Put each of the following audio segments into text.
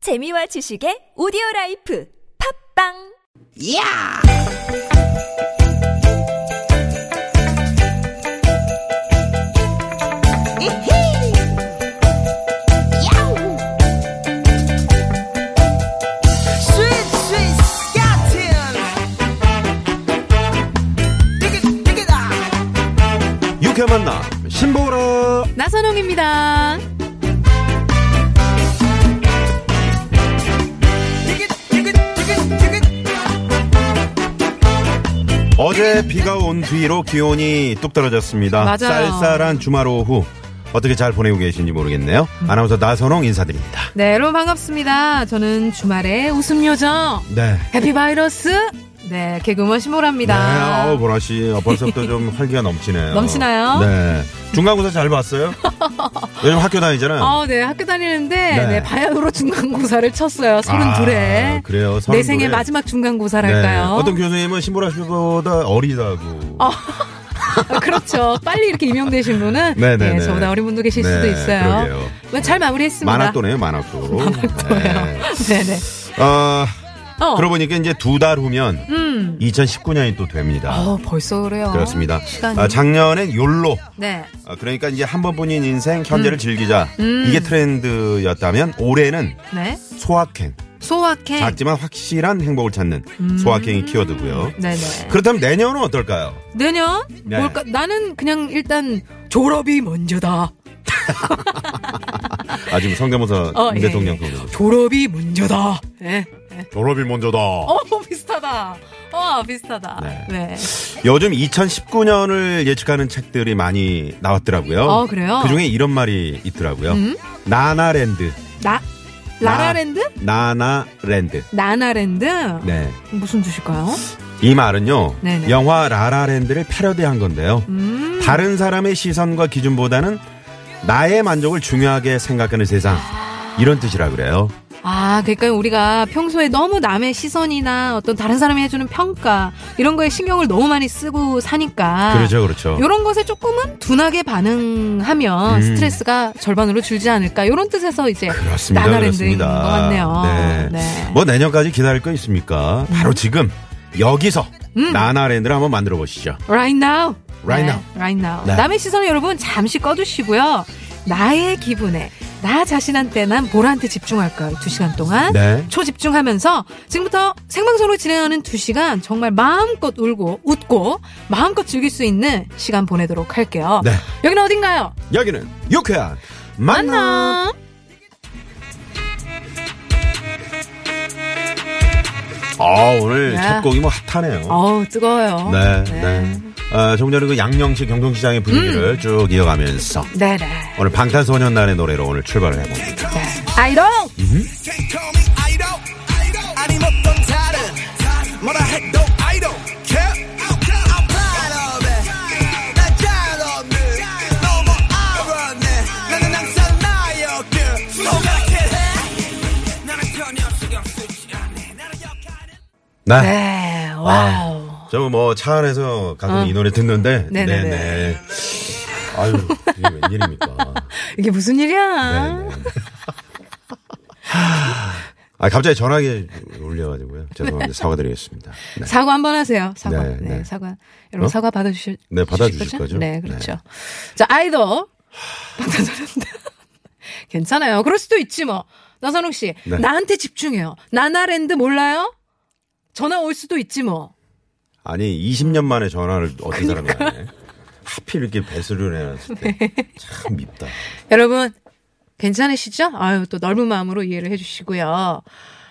재미와 지식의 오디오 라이프 팝빵 야! 이히! 야우! 스윗, 스윗, 스캇틴! 띠깃, 띠깃아! 유쾌 만나 신보라 나선홍입니다. 띠깃, 띠깃, 띠깃, 띠깃! 어제 비가 온 뒤로 기온이 뚝 떨어졌습니다. 맞아요. 쌀쌀한 주말 오후 어떻게 잘 보내고 계신지 모르겠네요. 음. 아나운서 나선홍 인사드립니다. 네, 여러분 반갑습니다. 저는 주말에 웃음 요정 네. 해피 바이러스 네 개그우먼 네, 신보라입니다. 어, 보라 씨, 어, 벌써부터 좀 활기가 넘치네요. 넘치나요? 네. 중간고사 잘 봤어요? 요즘 학교 다니잖아요. 어, 네, 학교 다니는데 네. 바야흐로 중간고사를 쳤어요. 서른 아, 둘에 그래요? 서른 내 생애 둘에? 마지막 네. 중간고사랄까요? 어떤 교수님은 신보라 씨보다 어리다고. 아, 그렇죠. 빨리 이렇게 임명되신 분은 네, 네, 네, 네. 저보다 어린 분도 계실 네, 수도 있어요. 그러게요. 뭐잘 마무리했습니다. 만학도네요, 만학도. 만학도예요. 네네. 아, 어, 그러고 보니까 이제 두 달 후면 음, 2019년이 또 됩니다. 어 벌써 그래요. 그렇습니다. 시간이. 아, 작년엔 욜로. 네. 아, 그러니까 이제 한 번뿐인 인생 음. 현재를 즐기자. 이게 트렌드였다면 올해는 네. 소확행. 소확행. 작지만 확실한 행복을 찾는 소확행이 키워드고요. 음. 네네. 그렇다면 내년은 어떨까요? 내년 네. 뭘까? 나는 그냥 일단 졸업이 먼저다. 아, 지금 성대모사 어, 문 예, 대통령 예. 성대모사. 졸업이 먼저다. 예. 졸업이 먼저다. 어 비슷하다. 어 비슷하다. 네. 네. 요즘 2019년을 예측하는 책들이 많이 나왔더라고요. 아, 그래요? 음? 그중에 이런 말이 있더라고요. 나나랜드. 나 라라랜드? 나나랜드. 나나랜드? 네. 무슨 뜻일까요? 이 말은요 네네. 영화 라라랜드를 패러디한 건데요 음. 다른 사람의 시선과 기준보다는 나의 만족을 중요하게 생각하는 세상 이런 뜻이라 그래요 아, 그러니까 우리가 평소에 너무 남의 시선이나 어떤 다른 사람이 해주는 평가 이런 거에 신경을 너무 많이 쓰고 사니까 그렇죠 그렇죠 이런 것에 조금은 둔하게 반응하면 음. 스트레스가 절반으로 줄지 않을까 이런 뜻에서 이제 그렇습니다 나나랜드인 것 그렇습니다 같네요. 음. 네. 뭐 내년까지 기다릴 거 있습니까 바로 지금 여기서 나나랜드를 한번 만들어 보시죠 Right now. Right 네, now. Right now. 네. 남의 시선을 여러분 잠시 꺼두시고요. 나의 기분에 나 자신한테 난 뭐라한테 집중할 까요두 시간 동안 네. 초집중하면서 지금부터 생방송으로 진행하는 두 시간 정말 마음껏 울고 웃고 마음껏 즐길 수 있는 시간 보내도록 할게요. 네. 여기는 어딘가요? 여기는 유쾌한 만남 만나. 아 오늘 네. 첫 곡이 뭐 핫하네요 어우 뜨거워요. 네, 네. 네. 아, 종전에그 양녕시 경동시장의 분위기를 음. 쭉 이어가면서 네네. 오늘 방탄소년단의 노래로 오늘 출발을 해봅니다. 아이롱. Can't call me idol. 아니 어떤 다른 뭐라 해도 idol. Cap. I'm proud of it. 나 잘없네. 너무 irony. 나는 항상 나였길. 소각해. 나는 전혀 신경 쓰지 않네. 나는 역할은. 네. 네. 와우. 저 뭐 차 안에서 가끔 이 노래 듣는데 네네. 네네네. 아유 이게 웬일입니까? 이게 무슨 일이야? 네네. 아 갑자기 전화기 울려가지고요. 죄송합니다. 사과드리겠습니다. 네. 사과 한번 하세요. 사과. 네, 네, 네. 사과. 여러분 어? 사과 받아주실 네, 받아주실 거죠? 네, 그렇죠. 자, 아이돌. 방탄소년단. 괜찮아요. 그럴 수도 있지 뭐. 나선홍 씨, 네. 나한테 집중해요. 나나랜드 몰라요? 전화 올 수도 있지 뭐. 아니 20년 만에 전화를 어떤 사람이 하네. 하필 이렇게 배수를 해놨을 때 참 밉다. 여러분 괜찮으시죠? 아유 또 넓은 마음으로 이해를 해주시고요.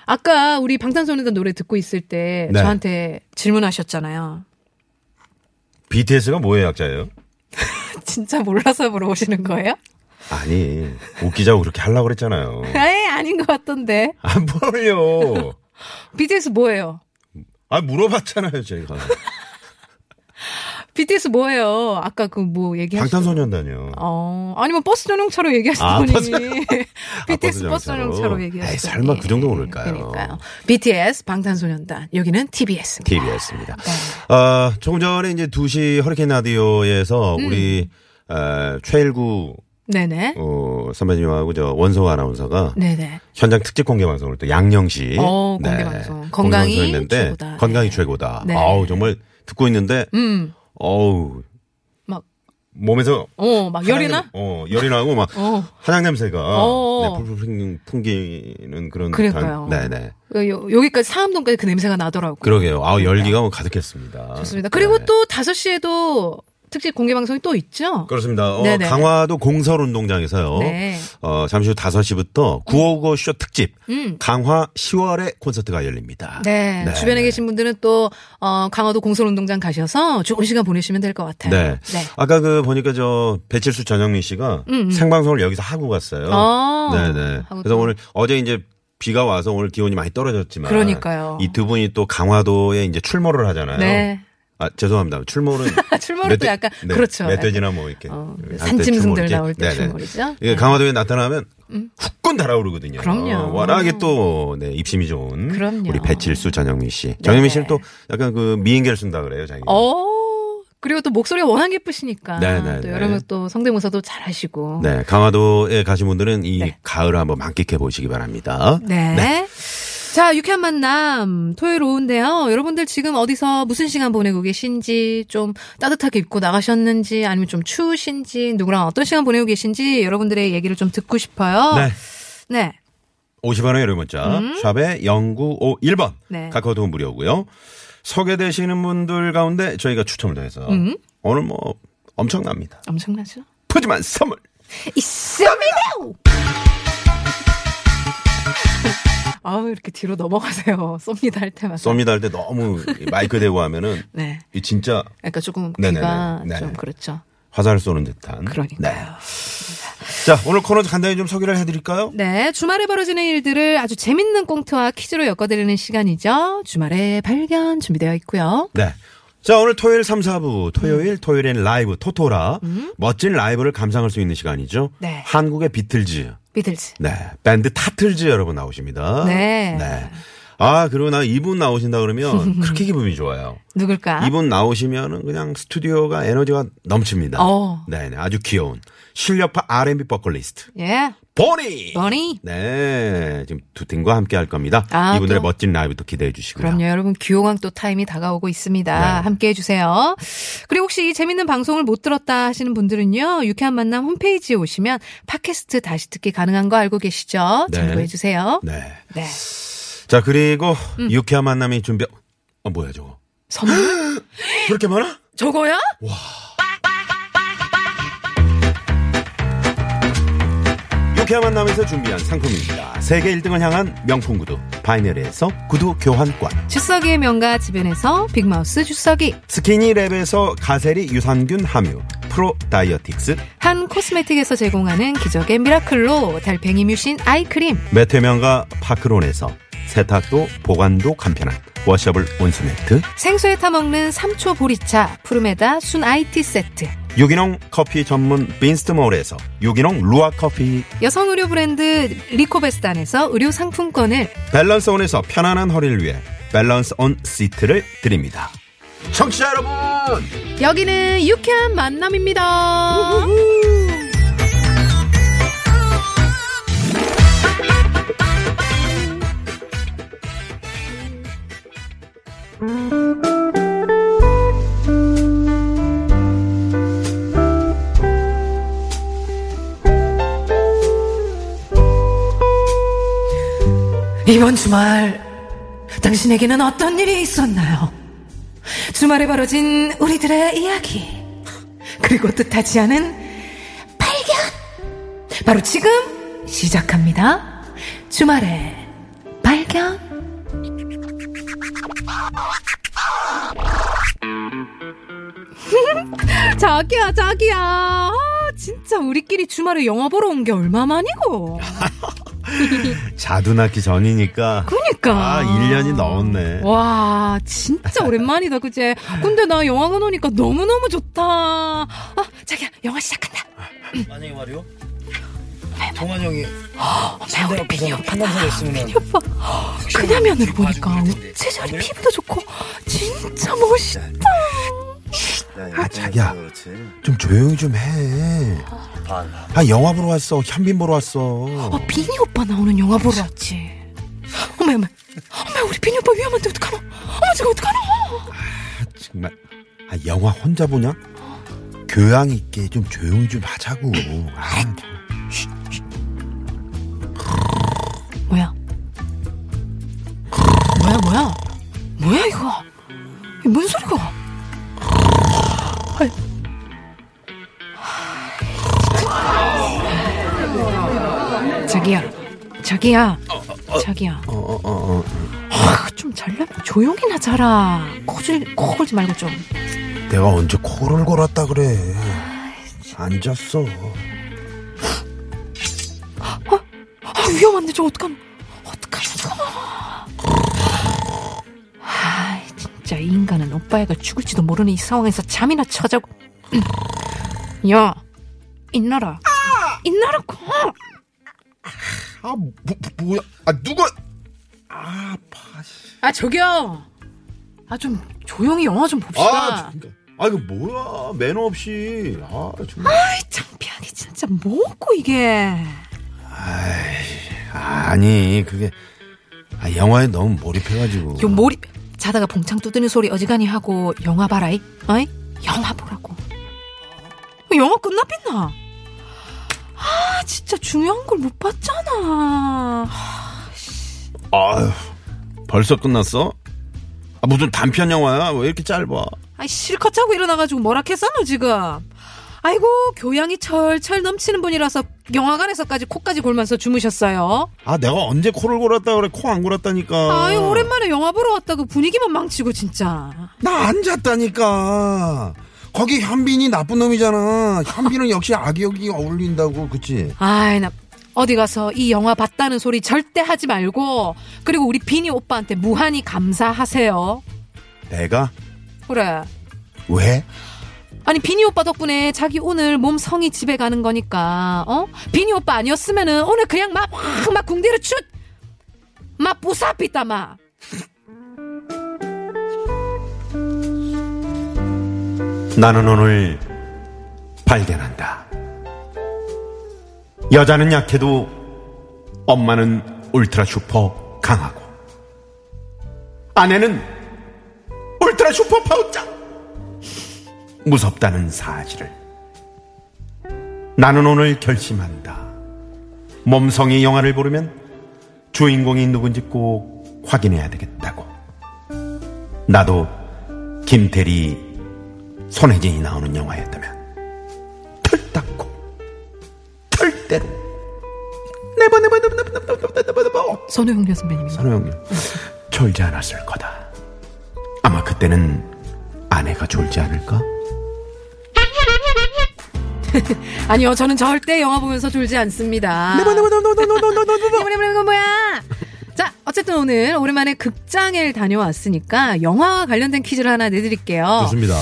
아까 우리 방탄소년단 노래 듣고 있을 때 네. 저한테 질문하셨잖아요. BTS가 뭐의 약자예요? 진짜 몰라서 물어보시는 거예요? 아니 웃기자고 그렇게 하려고 그랬잖아요. 에이 아닌 것 같던데. 아 뭘요? BTS 뭐예요? 아 물어봤잖아요 제가. BTS 뭐예요? 아까 그 뭐 얘기하셨 방탄소년단이요. 어, 아니면 버스 전용차로 아, 얘기하시더니 버스- BTS 아, 버스 전용차로 얘기하시더니 에이, 설마 그 정도 모를까요? 그러니까요. BTS 방탄소년단 여기는 TBS입니다. TV였습니다. 네. 음. 아, 조금 전에 이제 2시 허리케인 라디오에서 우리 어, 아, 최일구 네네. 어, 선배님하고 저 원소 아나운서가 네네. 현장 특집 공개 방송을 또 양영시 네. 어, 공개 방송. 건강이 했는데 최고다. 건강이 네. 최고다. 네. 아우 정말 듣고 있는데 음. 어우 막, 몸에서 어, 막 열이 나? 어 열이 나고 막 어. 한약 냄새가 어. 네, 풀풀 풍- 풍기는 그런 그러니까요. 듯한- 네네 요, 여기까지 사암동까지 그 냄새가 나더라고요. 그러게요. 아 열기가 뭐 가득했습니다. 그러니까. 좋습니다. 그리고 네. 또 5시에도 특집 공개 방송이 또 있죠? 그렇습니다. 어, 네네. 강화도 공설 운동장에서요. 네. 어, 잠시 후 5시부터 955 쇼 특집 음. 강화 10월에 콘서트가 열립니다. 네, 주변에 계신 분들은 또 어, 강화도 공설운동장 가셔서 좋은 시간 보내시면 될 것 같아요. 네. 아까 그 보니까 저 배칠수 전영민 씨가 생방송을 여기서 하고 갔어요. 아. 네네. 음, 하고 그래서 또. 오늘 어제 이제 비가 와서 오늘 기온이 많이 떨어졌지만 그러니까요. 이 두 분이 또 강화도에 이제 출몰을 하잖아요. 네. 아 죄송합니다. 출몰은 아, 출몰은 멧돼- 또 약간 그렇죠. 멧돼지나 뭐 이렇게 어, 할때 산짐승들 출몰이지. 나올 때 네네. 출몰이죠. 음. 이게 강화도에 나타나면 후끈 달아오르거든요. 그럼요. 워낙에 또 네, 입심이 좋은 그럼요. 네. 우리 배칠수 전영민 씨. 전영민 씨는 또 약간 그 미인계를 쓴다 그래요, 자기가. 어, 그리고 또 목소리가 워낙 예쁘시니까 네, 네, 또 네. 여러분 또 성대모사도 잘하시고. 네, 강화도에 가신 분들은 이 네. 가을 한번 만끽해 보시기 바랍니다. 네. 자, 유쾌한 만남, 토요일 오후인데요. 여러분들 지금 어디서 무슨 시간 보내고 계신지, 좀 따뜻하게 입고 나가셨는지, 아니면 좀 추우신지, 누구랑 어떤 시간 보내고 계신지, 여러분들의 얘기를 좀 듣고 싶어요. 네. 네. 50원의 유료 문자 샵에 0951번 음. 네. 카카오톡은 무료고요. 소개되시는 분들 가운데 저희가 추첨을 통해서 음. 오늘 뭐 엄청납니다. 엄청나죠? 푸짐한 선물. 있습니다! 아우, 이렇게 뒤로 넘어가세요. 쏩니다 할 때마다. 쏩니다 할 때 너무 이 마이크 대고 하면은 네. 이 진짜 그러니까 조금 네네네. 귀가 네네. 네. 좀 그렇죠. 화살 쏘는 듯한. 그러니까요. 네. 자, 오늘 코너 간단히 좀 소개를 해드릴까요? 네, 주말에 벌어지는 일들을 아주 재밌는 꽁트와 퀴즈로 엮어드리는 시간이죠. 주말에 발견 준비되어 있고요. 네. 자, 오늘 토요일 3, 4부, 음. 토요일, 토요일엔 라이브, 토토라. 멋진 라이브를 감상할 수 있는 시간이죠. 네. 한국의 비틀즈. 비틀즈. 네. 밴드 타틀즈 여러분 나오십니다. 네. 아, 그리고 나 이분 나오신다 그러면 그렇게 기분이 좋아요. 누굴까? 이분 나오시면은 그냥 스튜디오가 에너지가 넘칩니다. 어. 네네. 아주 귀여운 실력파 R&B 버컬리스트. 예, 보니! 버니. 네, 지금 두 팀과 함께 할 겁니다. 아, 이분들의 또. 멋진 라이브도 기대해 주시고요. 그럼요, 여러분 귀호강 또 타임이 다가오고 있습니다. 네. 함께 해주세요. 그리고 혹시 이 재밌는 방송을 못 들었다 하시는 분들은요, 유쾌한 만남 홈페이지에 오시면 팟캐스트 다시 듣기 가능한 거 알고 계시죠? 네. 참고해 주세요. 네. 네. 자, 그리고 음. 유쾌한 만남이 준비 어 뭐야 저거? 선물 그렇게 많아? 저거야? 유쾌한 만남에서 준비한 상품입니다. 세계 1등을 향한 명품 구두 바이너리에서 구두 교환권, 주석이의 명가 주변에서 빅마우스 주석이 스키니랩에서 가세리 유산균 함유, 프로 다이어틱스, 한 코스메틱에서 제공하는 기적의 미라클로 달팽이 뮤신 아이크림 매태면과 파크론에서 세탁도 보관도 간편한 워셔블 온수매트, 생수에 타먹는 삼초 보리차 푸르메다 순 아이티 세트 유기농 커피 전문 빈스트몰에서 유기농 루아 커피, 여성 의료 브랜드 리코베스탄에서 의료 상품권을 밸런스 온에서 편안한 허리를 위해 밸런스 온 시트를 드립니다. 청취자 여러분! 여기는 유쾌한 만남입니다 이번 주말 당신에게는 어떤 일이 있었나요? 주말에 벌어진 우리들의 이야기 그리고 뜻하지 않은 발견 바로 지금 시작합니다 주말에 발견 자기야 자기야 아, 진짜 우리끼리 주말에 영화 보러 온 게 얼마만이고 자두 낳기 전이니까. 그러니까 어? 아, 1년이 넘었네. 와 진짜 오랜만이다 그제 근데 나 영화관 오니까 너무너무 좋다 아 자기야 영화 시작한다 만약에 말이요. 동환 형이 야 네. 우리 어, 비니 오빠 한남성 했으면 비니 오빠 그녀면으로 보니까 봐주고 있는데. 우체절이 피부도 좋고 진짜 멋있다 아, 자기야. 좀 조용히 좀 해. 네. 아, 아 영화 보러 왔어. 현빈 보러 왔어. 아, 비니 오빠 나오는 영화 보러 왔지. 어머, 어머. 어머, 우리 비니 오빠 위험한데 어떡하노? 어머, 지금 어떡하노? 정말. 아 영화 혼자 보냐? 교양 있게 좀 조용히 좀 하자고. 아, 뭐야? 뭐야, 뭐야? 뭐야, 이거? 이게 뭔 소리가? 아이. 저기요, 저기요, 저기요. 어, 어, 어, 어. 아, 좀 잘려 조용히나 자라. 코질 코 걸지 말고 좀. 내가 언제 코를 골았다 그래. 앉았어. 아 위험한데 저 어떡하노? 어떡하노? 저거. 아 진짜 이 인간은 오빠애가 죽을지도 모르는 이 상황에서 잠이나 쳐자고. 음. 야, 인나라, 인나라 코. 아, 뭐, 뭐야? 아, 누가? 아, 아파. 씨. 아 저기요. 아 좀 조용히 영화 좀 아, 봅시다. 진짜. 아, 이거 뭐야? 매너 없이. 아, 정말. 아이 창피하게 진짜 뭐고 이게. 아니 그게 아, 영화에 너무 몰입해가지고 요 몰입 자다가 봉창 두드는 소리 어지간히 하고 영화 봐라이 어이 영화 보라고 영화 끝났겠나 아 진짜 중요한 걸 못 봤잖아 아휴 벌써 끝났어? 아, 무슨 단편 영화야? 왜 이렇게 짧아? 아이 실컷 자고 일어나가지고 뭐라 했어 너 지금 아이고 교양이 철철 넘치는 분이라서 영화관에서까지 코까지 골면서 주무셨어요 아 내가 언제 코를 골았다 그래 코 안 골았다니까 아이 오랜만에 영화 보러 왔다고 그 분위기만 망치고 진짜 나 앉았다니까 거기 현빈이 나쁜 놈이잖아 현빈은 역시 악역이 어울린다고 그치? 아이 나 어디 가서 이 영화 봤다는 소리 절대 하지 말고 그리고 우리 비니 오빠한테 무한히 감사하세요. 내가? 그래. 왜? 아니 비니 오빠 덕분에 자기 오늘 몸 성이 집에 가는 거니까 어 비니 오빠 아니었으면은 오늘 그냥 막 막 궁대로 슛막 부사피다 마. 나는 오늘 발견한다. 여자는 약해도 엄마는 울트라 슈퍼 강하고 아내는 울트라 슈퍼 파우짱 무섭다는 사실을 나는 오늘 결심한다. 몸성이 영화를 보려면 주인공이 누군지 꼭 확인해야 되겠다고. 나도 김태리 손혜진이 나오는 영화였다면 털닦고 털대로 네버 네버 네버 네버 네버 네버 네버 네버 선우용녀 선배님이. 선우형님 졸지 않았을 거다 아마 그때는 아내가 졸지 않을까? 아니요 저는 절대 영화 보면서 졸지 않습니다. 뭐냐 뭐냐 뭐냐 뭐야. 자, 어쨌든 오늘 오랜만에 극장에 다녀왔으니까 영화와 관련된 퀴즈를 하나 내드릴게요. 어. 좋습니다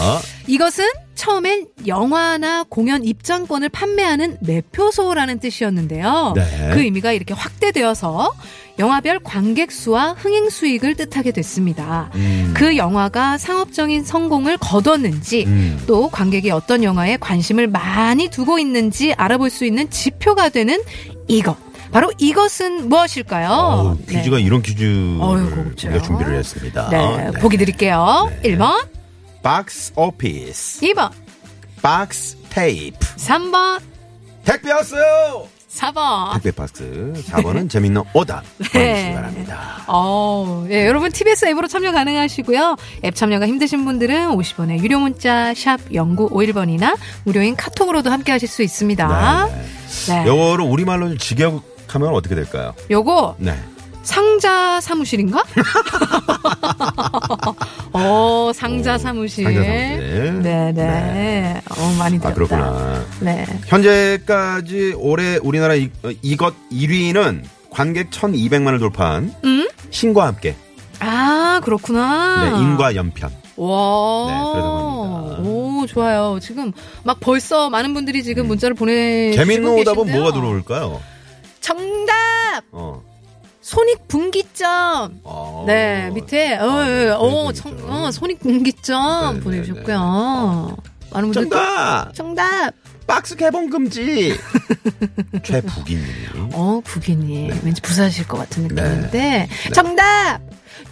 이것은 처음엔 영화나 공연 입장권을 판매하는 매표소라는 뜻이었는데요. 네. 그 의미가 이렇게 확대되어서 영화별 관객 수와 흥행 수익을 뜻하게 됐습니다. 그 영화가 상업적인 성공을 거뒀는지 음. 또 관객이 어떤 영화에 관심을 많이 두고 있는지 알아볼 수 있는 지표가 되는 이것. 바로 이것은 무엇일까요? 어우, 네. 퀴즈가 이런 퀴즈를 어휴, 고급져요. 우리가 준비를 했습니다 네, 보기 드릴게요. 네. 1번, 박스 오피스 2번, 박스 테이프 3번, 택배 왔어요 4번. 택배 박스 4번은 재밌는 오답 네. 보내주시기 바랍니다 어, 예, 여러분 TBS 앱으로 참여 가능하시고요. 앱 참여가 힘드신 분들은 50원의 유료 문자 샵 0951번이나 무료인 카톡으로도 함께 하실 수 있습니다. 네. 영어로 우리말로 좀 직역하면 어떻게 될까요? 요거 네. 상자 사무실인가? 어, 상자 오, 사무실. 상자 사무실. 네, 네. 네. 어, 많이 들었다. 아, 그렇구나. 네. 현재까지 올해 우리나라 이, 어, 이것 1위는 관객 1200만을 돌파한 음? 신과 함께 아, 그렇구나. 네, 인과 연편. 와. 네, 그러다고 합니다. 오, 좋아요. 지금 막 벌써 많은 분들이 지금 문자를 보내. 재밌는 오답은 뭐가 들어올까요? 정답! 어. 손익분기점! 어. 네, 밑에, 어, 아, 네, 어, 그런 정, 분이죠. 어, 손익분기점 네, 네, 보내주셨고요. 많은 분들. 정답! 정답! 박스 개봉 금지. 최북이님. 어, 부기님. 왠지 부사하실 것 같은 네. 느낌인데. 정답!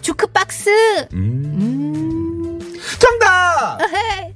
주크박스! 음. 음. 정답. 어헤이.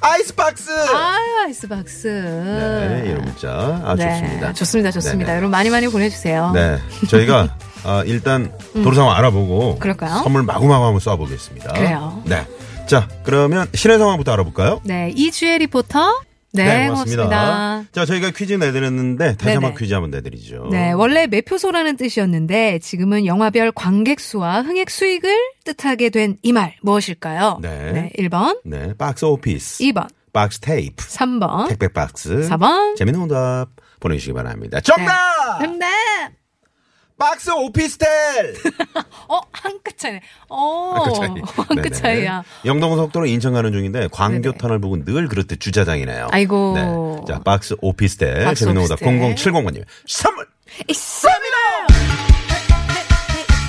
아이스박스. 아유, 아이스박스. 네, 이런 문자. 아, 네, 좋습니다. 좋습니다, 좋습니다. 네, 여러분 많이 많이 보내주세요. 네. 저희가 아, 일단 도로 상황 알아보고 음. 그럴까요? 선물 마구마구 한번 쏴보겠습니다. 그래요. 네. 자, 그러면 실내 상황부터 알아볼까요? 네, 이주혜 리포터. 네, 고맙습니다. 자, 저희가 퀴즈 내드렸는데 다시 한번 네네. 퀴즈 한번 내드리죠. 네, 원래 매표소라는 뜻이었는데 지금은 영화별 관객 수와 흥액 수익을 뜻하게 된 이 말 무엇일까요? 네. 1번, 네, 박스 오피스, 2번, 박스 테이프, 3번, 택배 박스, 4번. 네. 재밌는 오답 보내주시기 바랍니다. 정답! 정답! 박스 오피스텔! 어, 한끗 차이네. 어, 아까 차이. 네네. 한끗 차이야. 영동고속도로 인천 가는 중인데 광교터널 부근 늘 그렇듯 주차장이네요. 아이고. 네. 자, 박스 오피스텔. 박스 재밌는 오답 오피스텔. 0070번님. 선물!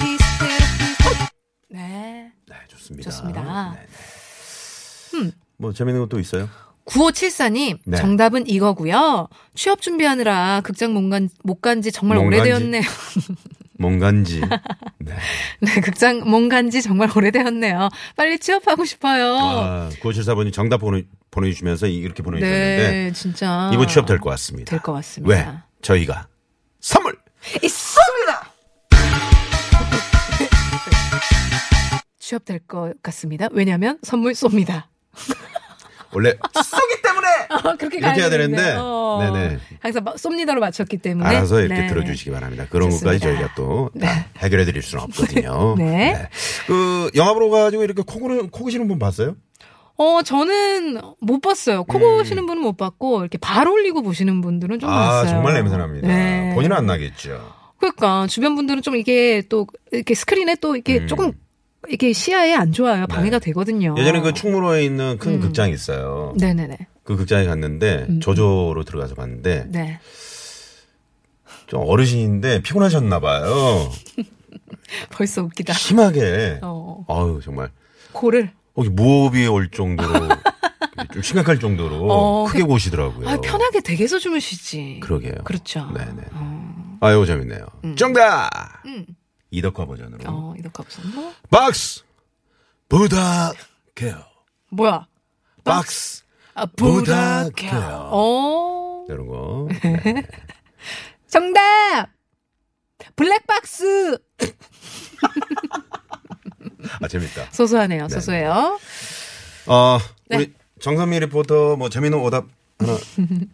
있습니다! 네. 네, 좋습니다. 좋습니다. 네, 네. 뭐 재밌는 것도 있어요? 음. 9574님, 네. 정답은 이거고요. 취업 준비하느라 극장 못 간, 못 간지 정말 못 간지. 오래되었네요. 뭔간지. 네. 네, 극장 못 간지 정말 오래되었네요. 빨리 취업하고 싶어요. 아, 974번님 정답 보내, 보내주시면서 이렇게 보내주셨는데. 네, 진짜. 이번 취업 될 것 같습니다. 될것 같습니다. 왜? 저희가 선물! 취업 될 것 같습니다. 왜냐면 선물 쏩니다. 원래 쏘기 때문에! 아, 그렇게 이렇게 해야 되는데. 어, 네네. 항상 막 쏩니다로 맞췄기 때문에. 알아서 이렇게 네네. 들어주시기 바랍니다. 그런 좋습니다. 것까지 저희가 또 다 해결해 드릴 수는 없거든요. 네. 그 영화 보러 가지고 이렇게 코 고르- 코 고시는 분 봤어요? 어, 저는 못 봤어요. 코 고시는 분은 못 봤고, 이렇게 발 올리고 보시는 분들은 좀 음. 아 봤어요. 정말 냄새납니다. 네. 본인은 안 나겠죠. 그러니까 주변 분들은 좀 이게 또 이렇게 스크린에 또 이렇게 음. 네. 조금 이렇게 시야에 안 좋아요. 방해가 되거든요. 예전에 그 충무로에 있는 음. 큰 극장이 있어요. 네네네. 그 극장에 갔는데 조조로 들어가서 봤는데 음, 네. 좀 어르신인데 피곤하셨나 봐요. 벌써 웃기다. 심하게. 그러니까. 어. 아유 정말 코를. 거기 무호흡이 올 정도로 좀 심각할 정도로 어, 크게 그- 보시더라고요. 아, 편하게 댁에서 주무시지. 그러게요. 렇죠 네네. 어, 아, 이거 재밌네요. 정답! 음. 이덕화 버전으로. 어, 이렇게 없었나? 박스! 부탁해요. 어. 뭐야? 박스! 아, 부탁해요. 부탁해요. 어. 이런 거. 네. 정답! 블랙박스! 아, 재밌다. 소소하네요, 소소해요. 어, 네. 우리 정선미 리포터 뭐 재밌는 오답 하나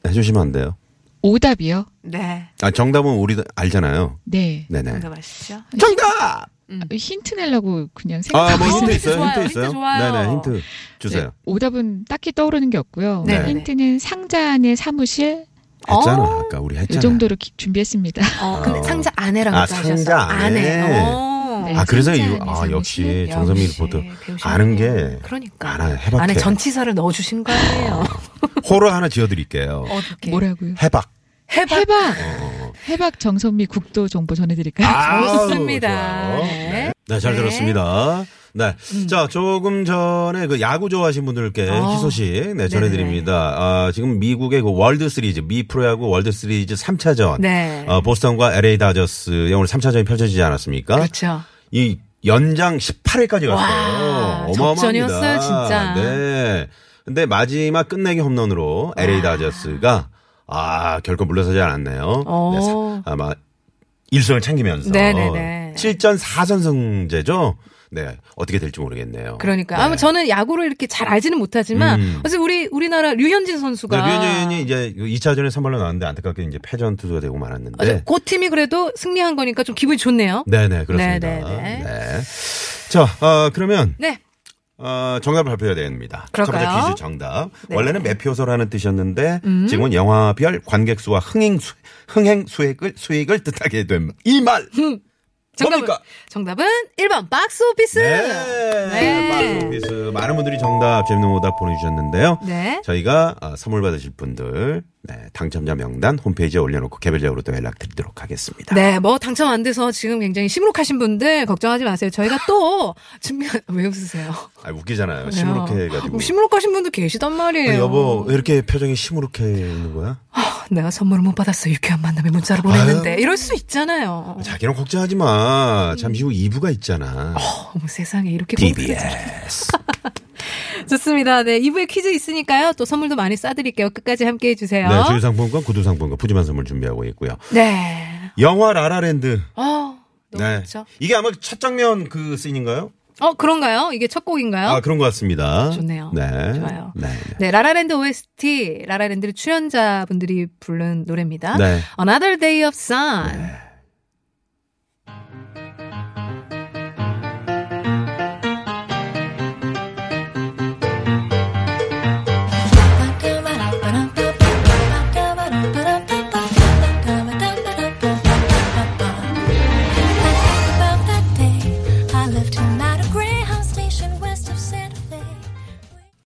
해주시면 안 돼요? 오답이요? 네. 아, 정답은 우리 다 알잖아요. 네. 네네. 정답 아시죠? 정답! 힌트 내려고 그냥 생각. 아, 뭐 힌트 힌트 있어요? 네. 힌트 좋아요, 힌트 있어요? 좋아요. 네네, 힌트 주세요. 오답은 딱히 떠오르는 게 없고요. 네. 힌트는 상자 안에 사무실 했잖아. 어. 아까 우리 이 했잖아. 정도로 기- 준비했습니다. 어, 근데 상자 안에라고 아, 또 하셨어. 상자 안에. 어. 네. 아, 그래서 상자 이거, 안에 아, 사무실. 역시 정선미 역시 리포터 배우시네요. 아는 게 그러니까 알아요. 해박해요. 안에 전치사를 넣어주신 거 아니에요? 호로 하나 지어드릴게요. 어떻게? 어, 뭐라고요? 해박. 어. 해박. 해박. 해박 정선미 국도 정보 전해드릴까요? 아우, 네, 좋습니다. 좋아요. 네. 네, 잘 네. 음. 들었습니다. 네. 자, 조금 전에 그 야구 좋아하신 분들께 어. 희소식 네, 전해드립니다. 아, 지금 미국의 그 월드 시리즈, 미 프로야구 월드 시리즈 3차전. 네. 어, 보스턴과 LA 다저스의 오늘 3차전이 펼쳐지지 않았습니까? 그렇죠. 이 연장 18회까지 갔어요. 와, 어마어마합니다. 접전이었어요, 진짜. 네. 근데 마지막 끝내기 홈런으로 LA 다저스가 아, 결코 물러서지 않았네요. 오. 네, 사- 아마 1승을 챙기면서 어. 네네네. 7전 4선승제죠. 네. 어떻게 될지 모르겠네요. 그러니까 네. 아무 저는 야구를 이렇게 잘 알지는 못하지만 음. 어쨌든 우리 우리나라 류현진 네, 선수가 류현진이 이제 2차전에 선발로 나왔는데 안타깝게 이제 패전 투수가 되고 말았는데. 어쨌든 그 팀이 그래도 승리한 거니까 좀 기분이 좋네요. 네네, 그렇습니다. 네네네. 네. 자, 아, 그러면 네. 어, 정답 발표해야 됩니다. 그럴까요? 첫 번째 퀴즈 정답. 네. 음? 원래는 매표소라는 뜻이었는데 지금은 영화별 관객 수와 흥행 수, 흥행 수익을 수익을 뜻하게 된 이 말. 정답은 뭡니까? 정답은 1번 박스 오피스. 네. 박스 오피스. 많은 분들이 정답 재밌는 오답 보내주셨는데요. 네. 저희가 아, 선물 받으실 분들 네, 당첨자 명단 홈페이지에 올려놓고 개별적으로 또 연락드리도록 하겠습니다. 네, 뭐 당첨 안 돼서 지금 굉장히 시무룩하신 분들 걱정하지 마세요. 저희가 또 준비한 왜 웃으세요? 아, 웃기잖아요. 시무룩해 어, 해가지고. 시무룩하신 분도 계시단 말이에요. 아니, 여보 왜 이렇게 표정이 시무룩해 있는 거야? 아, 내가 선물을 못 받았어. 유쾌한 만남에 문자를 보냈는데 이럴 수 있잖아요. 자기는 걱정하지 마. 잠시 후 2부가 있잖아. 어머 세상에 이렇게 꽁트를 DBS. 잘- 좋습니다. 네, 2부에 퀴즈 있으니까요. 또 선물도 많이 싸드릴게요. 끝까지 함께해 주세요. 네, 주유상품권, 구두상품권, 푸짐한 선물 준비하고 있고요. 네. 영화 라라랜드. 네. 어, 너무 좋죠. 이게 아마 첫 장면 그 씬인가요? 어, 그런가요? 이게 첫 곡인가요? 아, 그런 것 같습니다. 어? 좋네요. 네. 좋아요. 네. 네, 라라랜드 OST, 라라랜드 의 출연자분들이 부른 노래입니다. 네. Another Day of Sun.